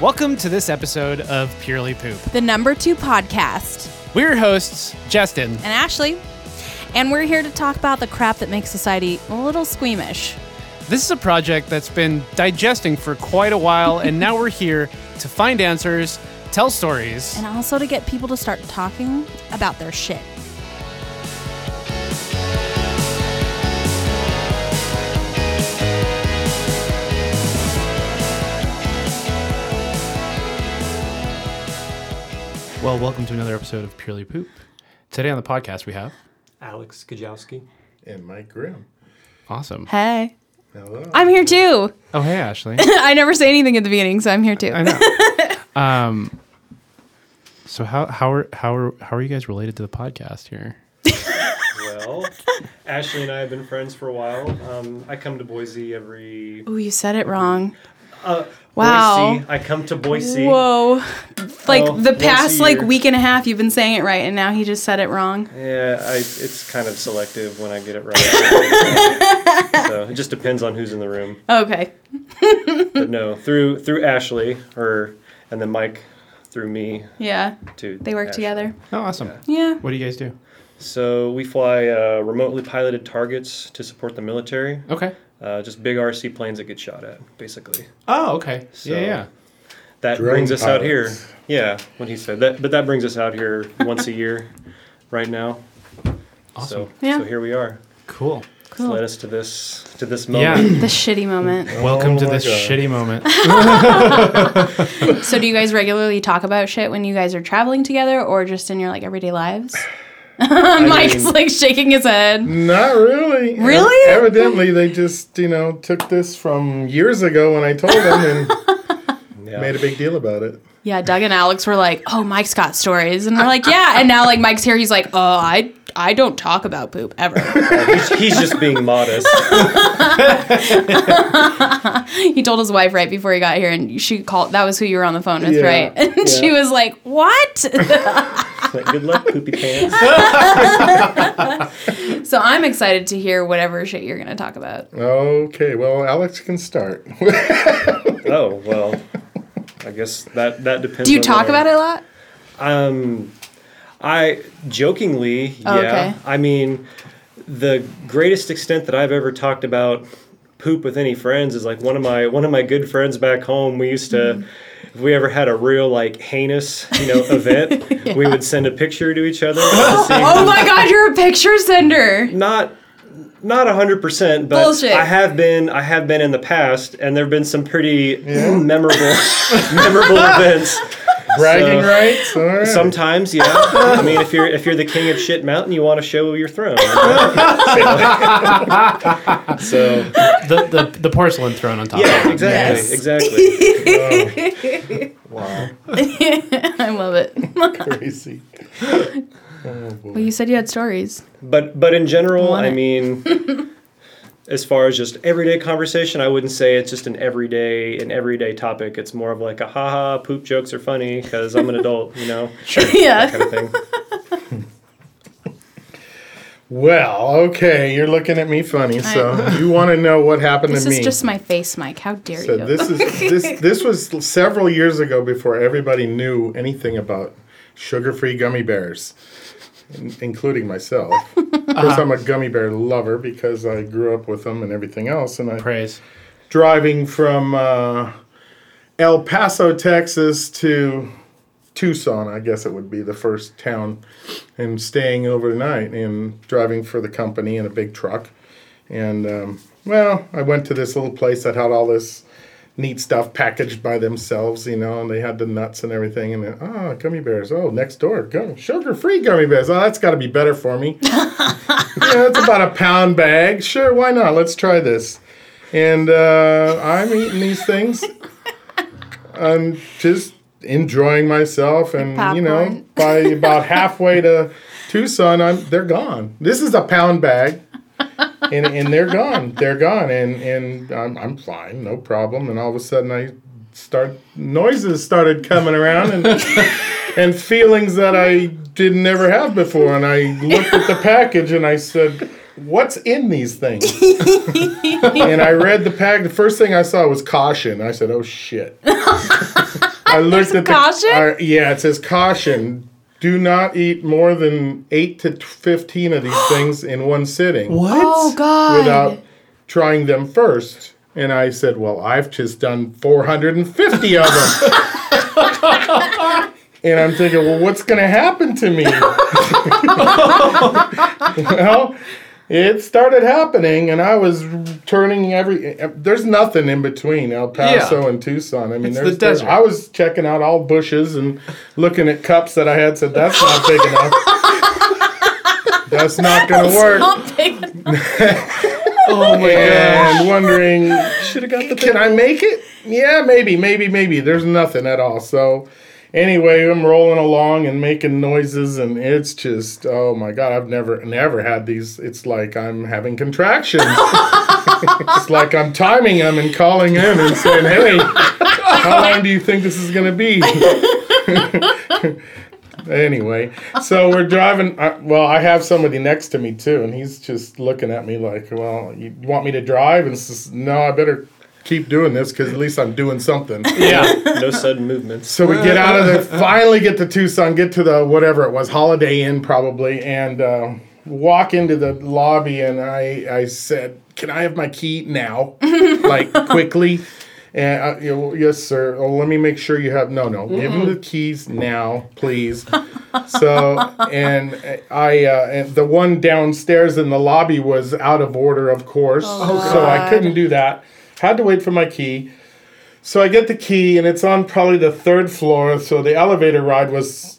Welcome to this episode of Purely Poop. the number two podcast, We're your hosts, Justin. and Ashley. And we're here to talk about the crap that makes society a little squeamish. This is a project that's been digesting for quite a while, and now we're here to find answers, tell stories. And also to get people to start talking about their shit. Well, welcome to another episode of Purely Poop. Today on the podcast, we have. Alex Gajowski. And Mike Grimm. Awesome. Hey. Hello. I'm here too. Oh, hey, Ashley. I never say anything at the beginning, so I'm here too. I know. Um, so how how are how are how are you guys related to the podcast here? Well, Ashley and I have been friends for a while. Um, I come to Boise every. Ooh, Oh, you said it wrong. Uh, Wow. Boise. I come to Boise. Whoa. Like Oh, the once a past like year. week and a half you've been saying it right and now he just said it wrong. Yeah, I, it's kind of selective when I get it right. so it just depends on who's in the room. Okay. But no, through through Ashley, her, and then Mike, through me Yeah. to. They work Ashley. together. Oh, awesome. Yeah. What do you guys do? So we fly uh, remotely piloted targets to support the military. Okay. Uh, just big RC planes that get shot at, basically. Oh, okay. So- yeah, yeah. that Drone brings us out here. pilots. Yeah, when he said that, but that brings us out here once a year, right now. Awesome. So, Yeah. so here we are. Cool. It's led Cool. us to this to this moment. Yeah. The shitty moment. Welcome Oh to my this God. shitty moment. So do you guys regularly talk about shit when you guys are traveling together or just in your like everyday lives? Mike's mean- like shaking his head. Not really. Really? Ev- Evidently, they just, you know, took this from years ago when I told them and Yeah. made a big deal about it. Yeah, Doug and Alex were like, "Oh, Mike's got stories." And we're like, "Yeah." And now like Mike's here, he's like, "Oh, I I don't talk about poop ever." he's, he's just being modest. he told his wife right before he got here and she called that was who you were on the phone with, Yeah, right? And she was like, "What?" Like, good luck, poopy pants. so I'm excited to hear whatever shit you're going to talk about. Okay, well, Alex can start. Oh well, I guess that that depends. Do you talk about it a lot? Um, I jokingly, Oh, yeah. okay. I mean, the greatest extent that I've ever talked about poop with any friends is like one of my one of my good friends back home. We used to. Mm-hmm. If we ever had a real like heinous, you know, event, we would send a picture to each other. to see- Oh my god, you're a picture sender. not not hundred percent, but Bullshit. I have been I have been in the past, and there have been some pretty memorable memorable events. Bragging So- rights? All right. Sometimes, yeah. I mean, if you're if you're the king of shit mountain, you want to show your throne. so the, the the porcelain thrown on top. yeah, exactly, Yes. exactly. wow, I love it. crazy. Oh, Well, boy. you said you had stories. But but in general, Want I it. mean, as far as just everyday conversation, I wouldn't say it's just an everyday an everyday topic. It's more of like a haha poop jokes are funny because I'm an adult, you know, yeah. kind of thing. Well, okay, you're looking at me funny, so you want to know what happened This to me. is just my face, Mike. How dare So you? this is this this was several years ago before everybody knew anything about sugar-free gummy bears, in- including myself. Of course, I'm a gummy bear lover because I grew up with them and everything else. And I Praise. driving from uh, El Paso, Texas, to Tucson, I guess it would be the first town, and staying overnight and driving for the company in a big truck. And um, well, I went to this little place that had all this neat stuff packaged by themselves, you know, and they had the nuts and everything. And then, oh, gummy bears. Oh, next door, gum, sugar free gummy bears. Oh, that's got to be better for me. yeah, that's about a pound bag. Sure, why not? Let's try this. And uh, I'm eating these things. I'm just enjoying myself, and you know, Popcorn. by about halfway to Tucson, I'm they're gone. This is a pound bag, and and they're gone. They're gone, and and I'm I'm fine, no problem. And all of a sudden, I start noises started coming around, and and feelings that I didn't ever have before. And I looked at the package and I said, What's in these things? and I read the pack. The first thing I saw was caution. I said, Oh shit. I looked There's at the caution? I- yeah, it says caution. Do not eat more than eight to t- fifteen of these things in one sitting What? Oh God. without trying them first. And I said, "Well, I've just done 450 of them." and I'm thinking, "Well, what's going to happen to me?" well, it started happening, and I was turning every. There's nothing in between El Paso Yeah. and Tucson. I mean, It's the there's there- desert. I was checking out all bushes and looking at cups that I had. Said, "That's not big enough." That's not going to work Something. Oh my and wondering, Should have got the can I make it? Yeah, maybe, maybe, maybe. There's nothing at all. So, anyway, I'm rolling along and making noises, and it's just, oh my god, I've never, never had these. It's like I'm having contractions. it's like I'm timing them and calling in and saying, hey, how long do you think this is gonna be? anyway, so we're driving. I, well, I have somebody next to me too, and he's just looking at me like, "Well, you want me to drive?" And it's just, no, I better keep doing this because at least I'm doing something. Yeah. No sudden movements. So we get out of there, finally get to Tucson, get to the whatever it was, Holiday Inn probably, and uh, walk into the lobby. And I, I said, Can I have my key now? like, quickly. And uh, you know, yes, sir. Oh, let me make sure you have. No, no. Give him the keys now, please. so, and I, uh, and the one downstairs in the lobby was out of order, of course. so I God. couldn't do that. Had to wait for my key. So I get the key, and it's on probably the third floor. So the elevator ride was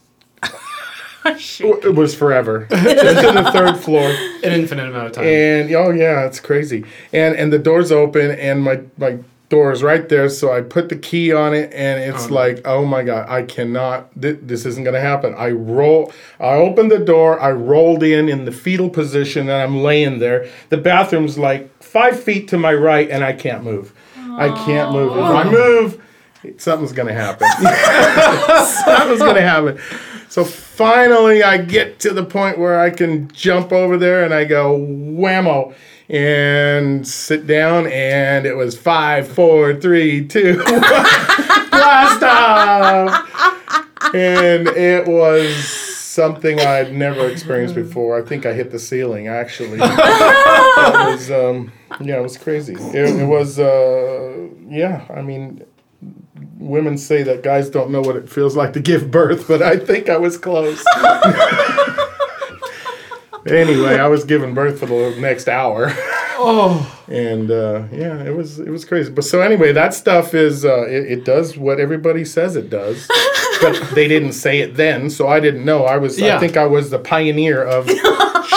it was forever into the third floor, An infinite amount of time. and oh yeah, it's crazy. And and the doors open, and my my door is right there. So I put the key on it, and it's like, oh my god, I cannot. Th- this isn't gonna happen. I roll. I opened the door. I rolled in in the fetal position, and I'm laying there. The bathroom's like five feet to my right, and I can't move. I can't move. If I move, something's gonna happen. something's gonna happen. So finally, I get to the point where I can jump over there and I go whammo and sit down. And it was five, four, three, two, one, blast off. And it was something I'd never experienced before. I think I hit the ceiling actually it was um, yeah, it was crazy. It, it was uh, yeah. I mean, women say that guys don't know what it feels like to give birth, but I think I was close. anyway, I was giving birth for the next hour. Oh, and uh, yeah, it was it was crazy. But so anyway, that stuff is uh, it, it does what everybody says it does. But they didn't say it then, so I didn't know. I was Yeah. I think I was the pioneer of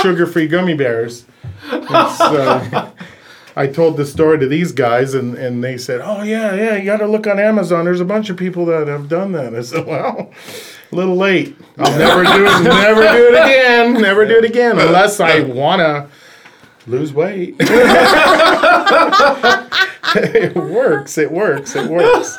sugar-free gummy bears. And so I told the story to these guys, and, and they said, "Oh yeah, yeah, you got to look on Amazon. There's a bunch of people that have done that." I said, "Well, a little late. I'll never do it. Never do it again. Never do it again unless I wanna lose weight." it works. It works. It works.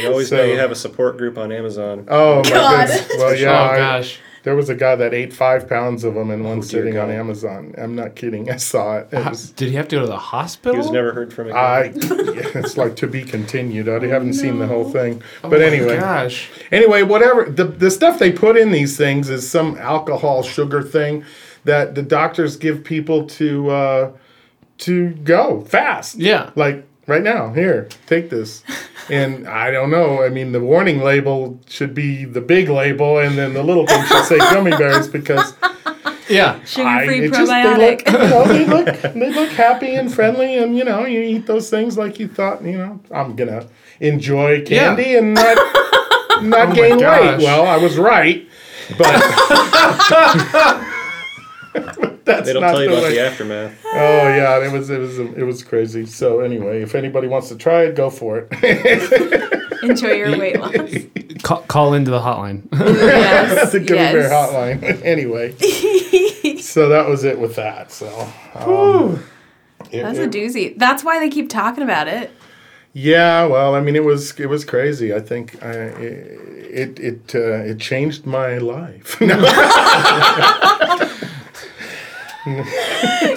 You always So- know you have a support group on Amazon. Oh my God. goodness. Well, yeah. oh I- gosh. there was a guy that ate five pounds of them in one sitting God. on Amazon. I'm not kidding. I saw it. It was Did he have to go to the hospital? He Oh. was never heard from again. I yeah, it's like to be continued. I haven't seen the whole thing, Oh but my anyway, Gosh. anyway, whatever the the stuff they put in these things is some alcohol sugar thing that the doctors give people to uh, to go fast. Yeah. like right now, here, take this. And I don't know. I mean, the warning label should be the big label, and then the little thing should say gummy bears because Yeah. I- Sugar-free it just- probiotic. they, look, you know, they look they look happy and friendly, and you know you eat those things like you thought. You know I'm gonna enjoy candy and not not gain weight. gosh. Well, I was right, but oh, that's they don't not tell you the about way. the aftermath. Oh yeah, it was it was it was crazy. So anyway, if anybody wants to try it, go for it. Enjoy your weight loss. Call, call into the hotline. Yes. the Gummy Bear Hotline. anyway, so that was it with that. So um, it- That's a it- doozy. That's why they keep talking about it. Yeah, well, I mean, it was it was crazy. I think I, it it uh, it changed my life. No.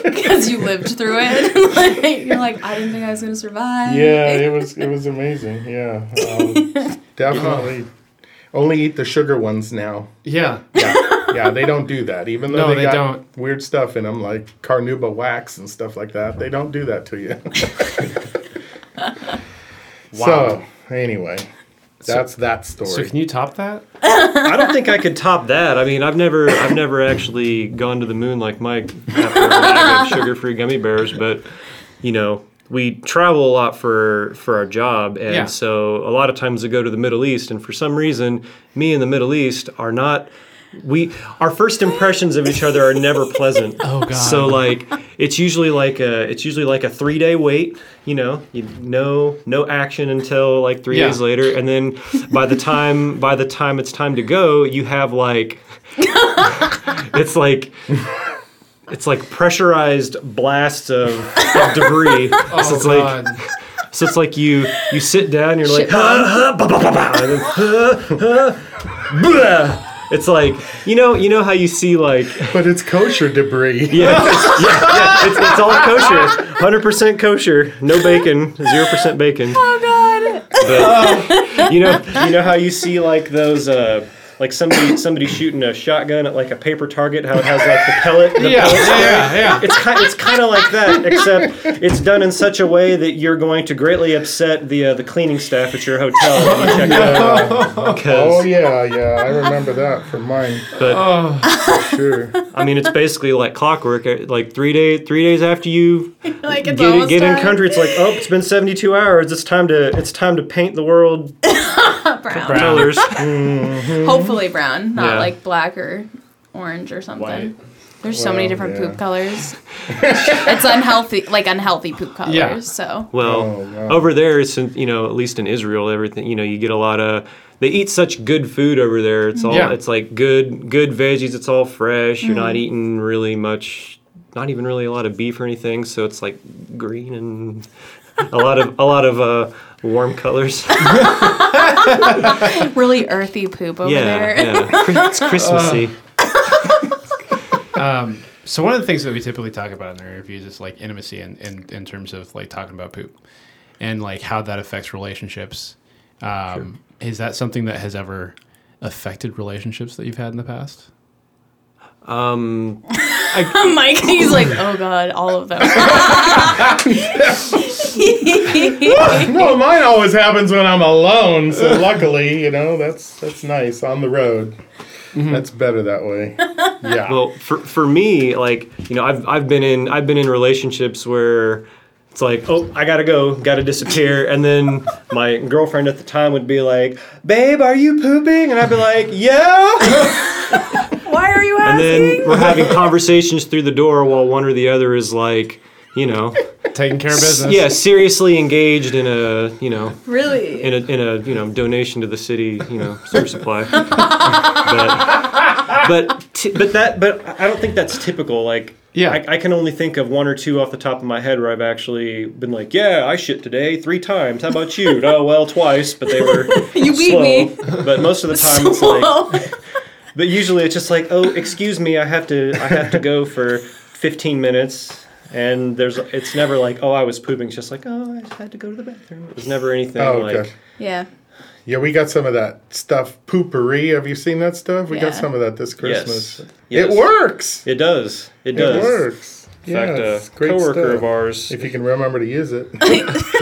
because you lived through it. Like, you're like, I didn't think I was gonna survive. yeah, it was it was amazing. Yeah, um, Definitely. Only eat the sugar ones now. Yeah. Yeah, yeah, they don't do that. Even though No, they, they got don't. weird stuff in them, like carnauba wax and stuff like that, they don't do that to you. Wow. So anyway, that's that story. So can you top that? I don't think I could top that. I mean, I've never, I've never actually gone to the moon like Mike after a bag of sugar-free gummy bears, but you know, we travel a lot for for our job, and Yeah. so a lot of times we go to the Middle East, and for some reason, me and the Middle East are not. We our first impressions of each other are never pleasant. oh God. So like it's usually like a it's usually like a three day wait. You know, you no no action until like three Yeah. days later, and then by the time by the time it's time to go, you have like it's like it's like pressurized blasts of, of debris. so it's like Oh, God. so it's like you you sit down and you're like and then, blah. it's like you know you know how you see like but it's kosher debris. yeah, it's, yeah, yeah, it's, it's all kosher. 100% kosher. No bacon. 0% bacon. Oh god. But, you know, you know how you see like those uh like somebody somebody shooting a shotgun at like a paper target how it has like the pellet the Yeah, pellet yeah, yeah, yeah. It's kind, it's kind of like that, except it's done in such a way that you're going to greatly upset the uh, the cleaning staff at your hotel when you check out. Oh 'Cause- yeah, yeah, I remember that from mine. But Sure. I mean, it's basically like clockwork. uh, Like three day three days after you Like it's get, almost get in done. country. It's like, oh, it's been 72 hours. It's time to it's time to paint the world brown. colors. Hopefully brown, not Yeah. like black or orange or something. White. There's so many Well, different yeah. poop colors. it's unhealthy, like unhealthy poop colors. Yeah. So Well, Oh, wow. over there, since you know, at least in Israel, everything you know, you get a lot of. They eat such good food over there. It's all Yeah. it's like good good veggies. It's all fresh. You're not eating really much, not even really a lot of beef or anything. So it's like green and a lot of a lot of uh, warm colors. really earthy poop over there. yeah, yeah, Cri- it's Christmassy. So one of the things that we typically talk about in our interviews is like intimacy and in, in, terms of like talking about poop and like how that affects relationships. Um, Is that something that has ever affected relationships that you've had in the past? Uh. Um, Mike, he's like, oh god, all of them. No, mine always happens when I'm alone. So luckily, you know, that's that's nice on the road. That's better that way. Yeah. Mm-hmm. Well, for, for me, like you know, I've I've been in I've been in relationships where it's like, oh, I gotta go, gotta disappear, and then my girlfriend at the time would be like, "Babe, are you pooping?" And I'd be like, "Yeah." Why are you And asking? then we're having conversations through the door while one or the other is like, you know, Taking care of business. yeah, seriously engaged in a you know really? in a in a you know donation to the city you know sewer supply. but but t- but that but I don't think that's typical. Like Yeah. I, I can only think of one or two off the top of my head where I've actually been like, yeah, I shit today three times. How about you? oh well, twice, but they were You beat slow. me. But most of the time it's like, Whoa. but usually it's just like, oh, excuse me, I have to I have to go for fifteen minutes. And there's, it's never like, oh, I was pooping. It's just like, oh, I just had to go to the bathroom. It was never anything oh, like, okay. yeah. Yeah, we got some of that stuff. Poopery. Have you seen that stuff? We Yeah. got some of that this Christmas. Yes. It works. It, It does. It does. works. In fact, Yes, a coworker stuff. of ours. If you can remember to use it.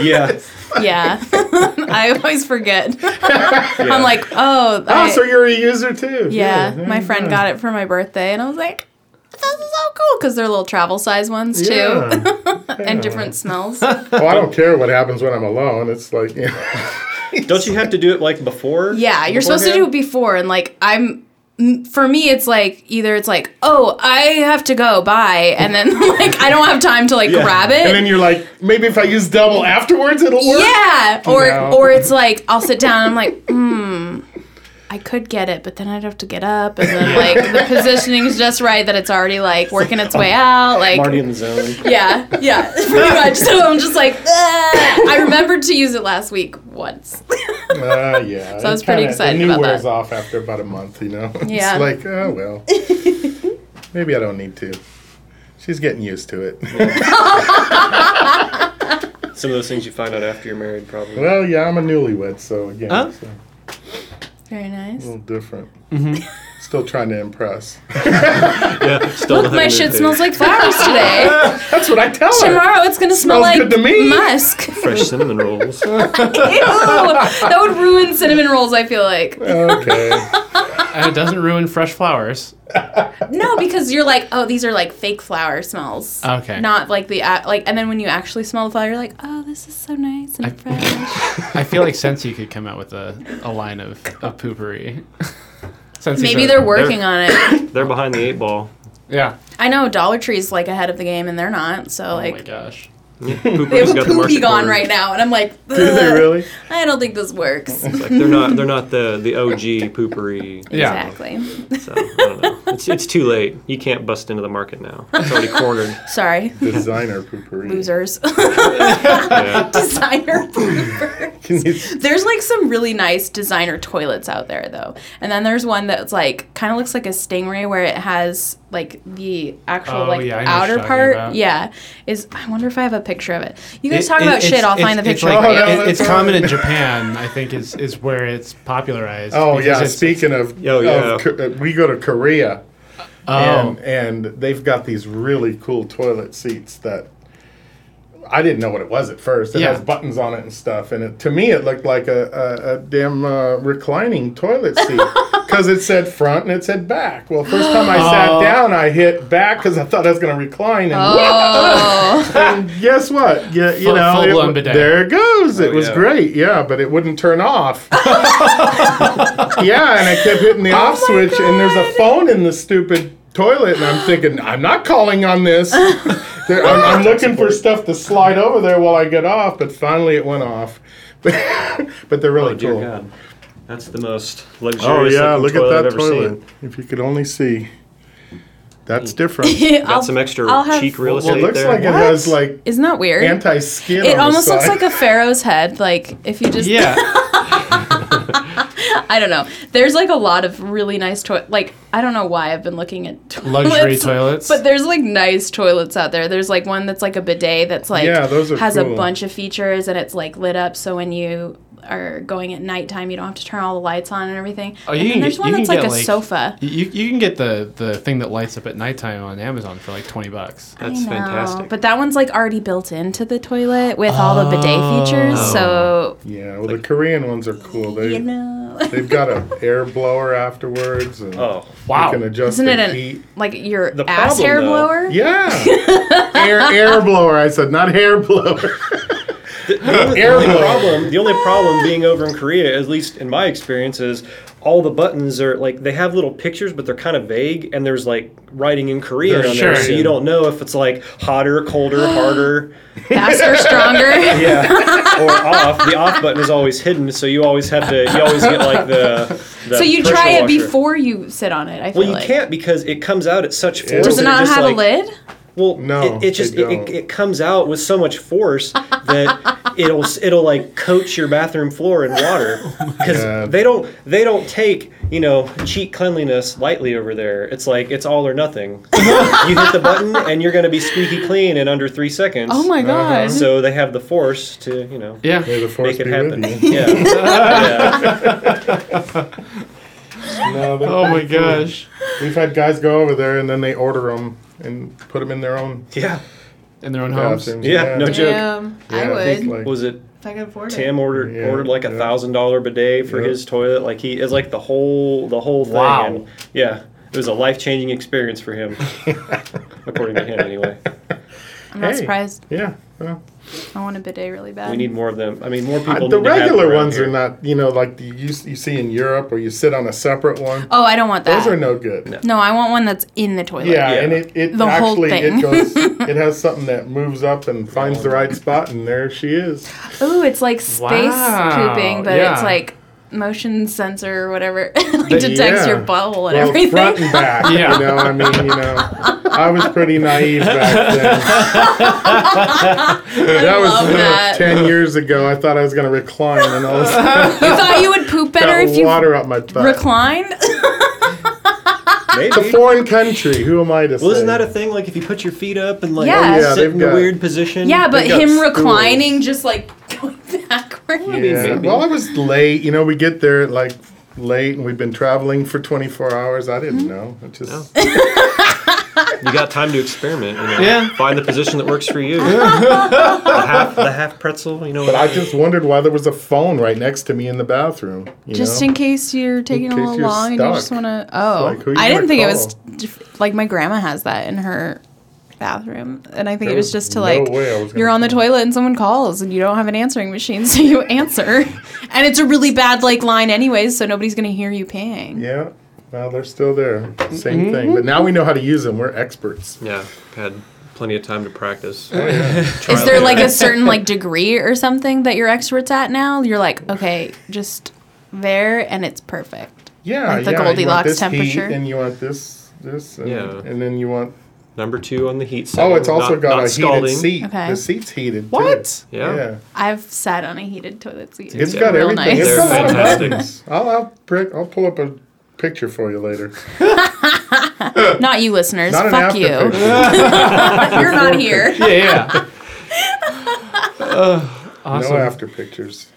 yeah. Yeah. I always forget. I'm like, oh, oh, I- so you're a user too. yeah. there My you friend go. got it for my birthday, and I was like, this is so cool because they're little travel size ones too, Yeah. and different smells. well, I don't care what happens when I'm alone. It's like, you know, Don't you have to do it like before? Yeah, you're supposed to do it before, and like I'm. m- For me, it's like either it's like, oh, I have to go, bye, and then like I don't have time to like grab it. and then you're like, maybe if I use double afterwards, it'll work. yeah, or No. or it's like I'll sit down. and I'm like, hmm, I could get it, but then I'd have to get up, and then like the positioning's just right that it's already like working its way out. Like Already in the zone. yeah, yeah, pretty much. So I'm just like, "Ugh." I remembered to use it last week once. Uh, yeah. So I was it pretty kinda- excited The new about wears that. off after about a month, you know? It's Yeah. like, oh, well. Maybe I don't need to. She's getting used to it. Some of those things you find out after you're married, probably. well, yeah, I'm a newlywed, so again. Huh? so- Very nice. A little different. Still trying to impress. Yeah, still Look, my shit smells like flowers today. That's what I tell her. Tomorrow it's gonna smell Smells like good to me. musk. fresh cinnamon rolls. Ew, that would ruin cinnamon rolls. I feel like Okay. and it doesn't ruin fresh flowers. no, because you're like, oh, these are like fake flower smells. Okay. Not like the a- like, and then when you actually smell the flower, you're like, oh, this is so nice and fresh. I feel like Sensi could come out with a, a line of, of poopery. Sensi's Maybe a- they're working on it. They're behind the eight ball. Yeah. I know Dollar Tree's like ahead of the game, and they're not. So oh my like, gosh. they Pooper's have got the poopy market gone cornered. right now, and I'm like, Do they "Ugh, really? I don't think this works. Like they're not they're not the the OG poopery. Yeah. Exactly. So I don't know. It's it's too late. You can't bust into the market now. It's already cornered. Sorry, Designer poopery. losers. Yeah. Designer pooper. Can you- There's like some really nice designer toilets out there though. And then there's one that's like kind of looks like a stingray where it has like the actual Oh, like yeah, I know what you're outer talking part. about. Yeah. Is I wonder if I have a picture of it. You guys It- talk it- about shit, it's- I'll it's- find the it's picture. like- for you. Oh, no, it- it's that's common right. in Japan, I think, is is where it's popularized. Oh because yeah. it's- Speaking of, Oh, yeah. of Ko- uh, we go to Korea, Oh, and and they've got these really cool toilet seats that I didn't know what it was at first. It Yeah. has buttons on it and stuff, and it, to me it looked like a a, a damn uh, reclining toilet seat. Because it said front and it said back. Well, first time I Oh. sat down, I hit back because I thought I was going to recline. And, Oh, and guess what? You, you Full- know, it full-blown w- bidet. there it goes. it was Oh, yeah. great, yeah, but it wouldn't turn off. yeah, and I kept hitting the Oh off switch, and there's a phone in the stupid toilet, and I'm thinking, I'm not calling on this. There- I'm, I'm looking for stuff to slide over there while I get off, but finally it went off. but they're really Oh dear cool. God. That's the most Oh luxurious yeah, look at toilet that I've ever toilet. seen. If you could only see, that's different. it Got some extra I'll have- cheek real Hmm. estate looks there. like it has like Isn't that weird? anti skin. it almost looks like a pharaoh's head. Like if you just Oh, yeah. I don't know. There's like a lot of really nice toilet. Like I don't know why I've been looking at toilets, Luxury toilets. but there's like nice toilets out there. There's like one that's like a bidet that's like Yeah, those are has a cool. bunch of features and it's like lit up so when you are going at nighttime you don't have to turn all the lights on and everything. Oh, and you then can there's get- one you that's can like a get, like- sofa. You, you can get the, the thing that lights up at nighttime on Amazon for like 20 bucks. That's I know, fantastic. But that one's like already built into the toilet with all the bidet features. So Yeah, well, the Korean ones are cool. Oh. They, you know, They've got an air blower afterwards, and oh. Wow. you can adjust isn't the it an, heat. like your The ass problem, hair though- blower? Yeah, air air blower. I said not hair blower. The air only blower. problem, the only problem being over in Korea, at least in my experience, is all the buttons are like they have little pictures, but they're kind of vague, and there's like writing in Korean They're on sure. there, so you don't know if it's like hotter, colder, harder, faster, stronger. yeah, or off. The off button is always hidden, so you always have to, you always get like the. the So you pressure try it washer. before you sit on it. I feel Well, you like. can't because it comes out at such force. Does Does that it not just, have like- a lid? Well, No, it, they it just it, don't. it, it comes out with so much force that it'll it'll like coat your bathroom floor in water because Oh God. they don't they don't take you know cheat cleanliness lightly over there. It's like it's all or nothing. you hit the button and you're gonna be squeaky clean in under three seconds. Oh Um, my god! So they have the force to you know Yeah. May the force make it be happen. with you. Yeah. yeah. No, they- Oh my gosh. We've had guys go over there, and then they order them and put them in their own yeah, In their own homes. bathrooms. Yeah, no joke. Damn, I Yeah, would think like- What was it if I could afford it. Tim ordered Yeah, ordered like a yeah. thousand dollar bidet for his toilet. Like he is like the whole the whole thing. Wow. And yeah, it was a life changing experience for him, according to him anyway. I'm not Hey. surprised. yeah. Well, I want a bidet really bad. We need more of them. I mean, more I- people. Uh, the need to have them regular around ones here. are not, you know, like the, you, you see in Europe where you sit on a separate one. oh, I don't want that. Those are no good. no, I want one that's in the toilet. Yeah, Yeah. and it, it The whole actually thing. it goes it has something that moves up and finds the right spot and there she is. Ooh, it's like space Wow, pooping, but yeah. it's like motion sensor or whatever. like But- detects yeah. your butthole and Well, everything. front and back. Yeah. You know, I mean, you know, I was pretty naive back then. that was love uh, that. ten years ago. I thought I was going to recline, and all of a sudden you thought you would poop better got if you water up my butt. reclined? Maybe. It's a foreign country. Who am I to say? well, isn't that a thing? Like if you put your feet up and like Yeah. Yeah, sit Oh, they've in a got- weird position. yeah, but They've got him stools. reclining, just like going backwards. Yeah. Well, I was late. You know, we get there at like late and we've been traveling for 24 hours. I Mm-hmm. didn't know. It just Oh. You got time to experiment. You know, Yeah. Find the position that works for you. the, half, the half pretzel, you know. But I just wondered why there was a phone right next to me in the bathroom. you Just know? in case you're taking a case little you're long and you just stuck. want to. Oh, like, who you I didn't gonna think it call? was t- like my grandma has that in her bathroom, and I think it was was just to no like way I was gonna you're on the call. toilet and someone calls and you don't have an answering machine, so you answer, and it's a really bad like line anyways, so nobody's gonna hear you paying. Yeah. Well, they're still there. Same thing. But now we know how to use them. We're experts. yeah, had plenty of time to practice. Oh, Is there like a certain like degree or something that you're experts at now? You're like, okay, just there and it's perfect. Yeah. Like the yeah, you want Goldilocks this heat temperature? and you want this, this, and, Yeah. and then you want. Number two on the heat setting. Oh, it's also Not- got not a scalding. heated seat. Okay. The seat's heated. too. What? Yeah. yeah. I've sat on a heated toilet seat. It's got real everything. nice. It's got They're a lot of fantastic. buttons. I'll, I'll, prick, I'll pull up a picture for you later. Not you listeners. Not an Fuck after you. picture. You're not here. Yeah, yeah. Uh, No after pictures.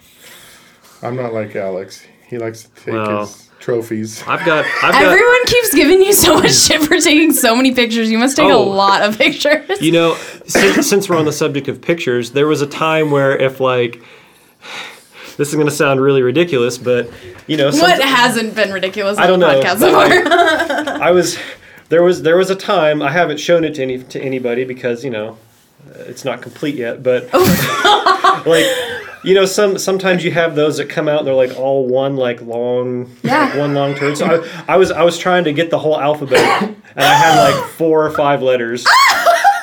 I'm not like Alex. He likes to take Well. his trophies. I've got. I've got. Everyone keeps giving you so much shit for taking so many pictures. You must take Oh. a lot of pictures. You know, since, since we're on the subject of pictures, there was a time where if like. This is going to sound really ridiculous, but you know, some- what hasn't been ridiculous on I don't the know. podcast so far? I was there was there was a time I haven't shown it to any to anybody because you know uh, it's not complete yet, but Oh. like you know some sometimes you have those that come out and they're like all one like long like, Yeah. one long turn. So I, I was I was trying to get the whole alphabet and I had like four or five letters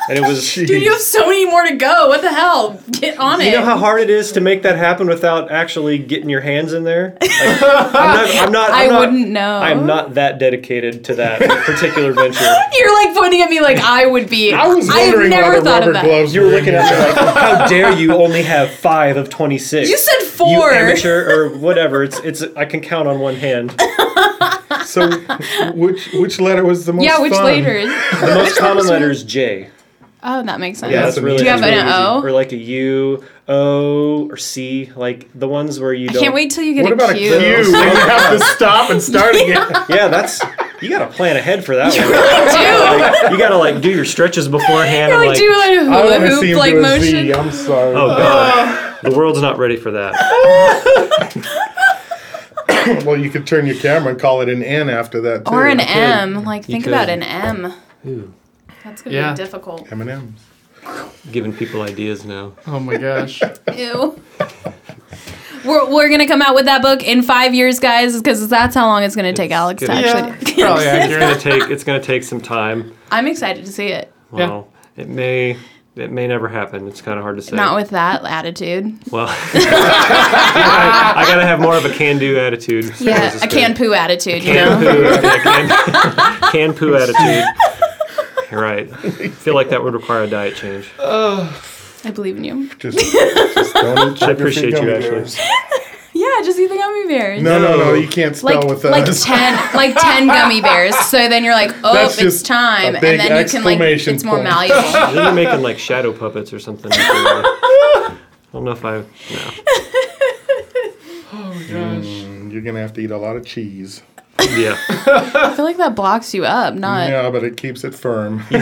and it was. Dude, you have so many more to go. What the hell? Get on it. You know how hard it is to make that happen without actually getting your hands in there. Like, I'm not. I'm not. I'm I not- wouldn't know. I'm not that dedicated to that particular venture. You're like pointing at me like I would be. I was have wondering why never the thought rubber of that. gloves You were looking at me like, "How dare you only have five of twenty six? You said four. amateur or whatever. It's it's. I can count on one hand. The So, which which letter was the most yeah, which fun? later is. most common letter is J. Oh, that makes sense. Yeah, that's that's really. an Do you have that's an really O? easy. Or like a U, O, or C, like the ones where you I don't. can't wait till you get What a about a cue. Q? And you have to stop and start again. Yeah, that's. You gotta plan ahead for that one. Dude, Like, you gotta like do your stretches beforehand. I and, like, do like a I hula want to see hoop him like do a motion. Z. I'm sorry. Oh god, the world's not ready for that. Well, you could turn your camera and call it an N after that. Too. Or an Okay. M. Like, think could. about an M. That's gonna Yeah. be difficult. M&Ms. Giving people ideas now. Oh my gosh. Ew. We're, we're gonna come out with that book in five years, guys, because that's how long it's gonna take It's Alex to gonna- actually. Probably accurate. It's gonna take. It's gonna take some time. I'm excited to see it. Well, it may it may never happen. It's kind of hard to say. Not with that attitude. well, I, I gotta have more of a can-do attitude. Yeah, a can poo attitude. You know. Can-poo, yeah, can, can-poo attitude. You're right. I feel like that would require a diet change. I believe in you. Just, just don't eat I appreciate you, sugar-free gummy Ashley. bears. Yeah, just eat the gummy bears. No, no, no. You can't spell Like, with like us. ten, like ten gummy bears. So then you're like, oh, That's it's just time, a and big then you can like, exclamation it's more point. malleable. Then you're making like shadow puppets or something. I don't know if I. No. You're gonna have to eat a lot of cheese. Yeah. I feel like that blocks you up. Not. Yeah, but it keeps it firm. You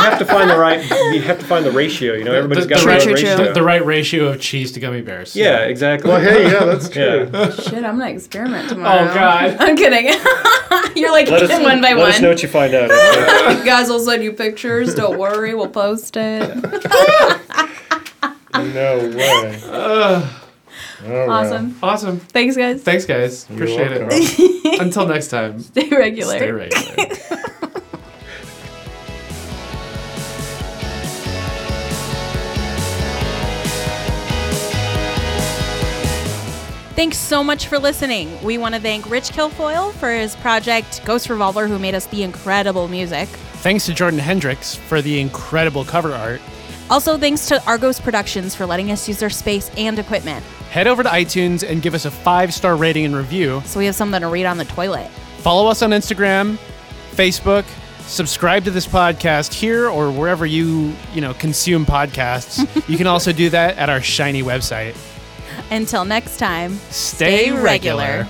have to find the right. You have to find the ratio. You know, everybody's the- got the the right ratio. ratio. the, the right ratio of cheese to gummy bears. yeah, exactly. Well, hey, yeah, that's true. yeah. Shit, I'm gonna experiment Oh, tomorrow. God. I'm kidding. You're like Let us, one by let one. us know what you find out. You guys will send you pictures. Don't worry, we'll post it. No way. Oh, All right. Awesome. Awesome. Thanks, guys. Thanks, guys. Appreciate it. Until next time, Stay regular. stay regular. Thanks so much for listening. We want to thank Rich Kilfoyle for his project Ghost Revolver, who made us the incredible music. Thanks to Jordan Hendricks for the incredible cover art. Also, thanks to Argos Productions for letting us use their space and equipment, Head over to iTunes and give us a five star rating and review. so we have something to read on the toilet. Follow us on Instagram, Facebook. Subscribe to this podcast here or wherever you you know consume podcasts. you can also do that at our shiny website. Until next time, Stay regular.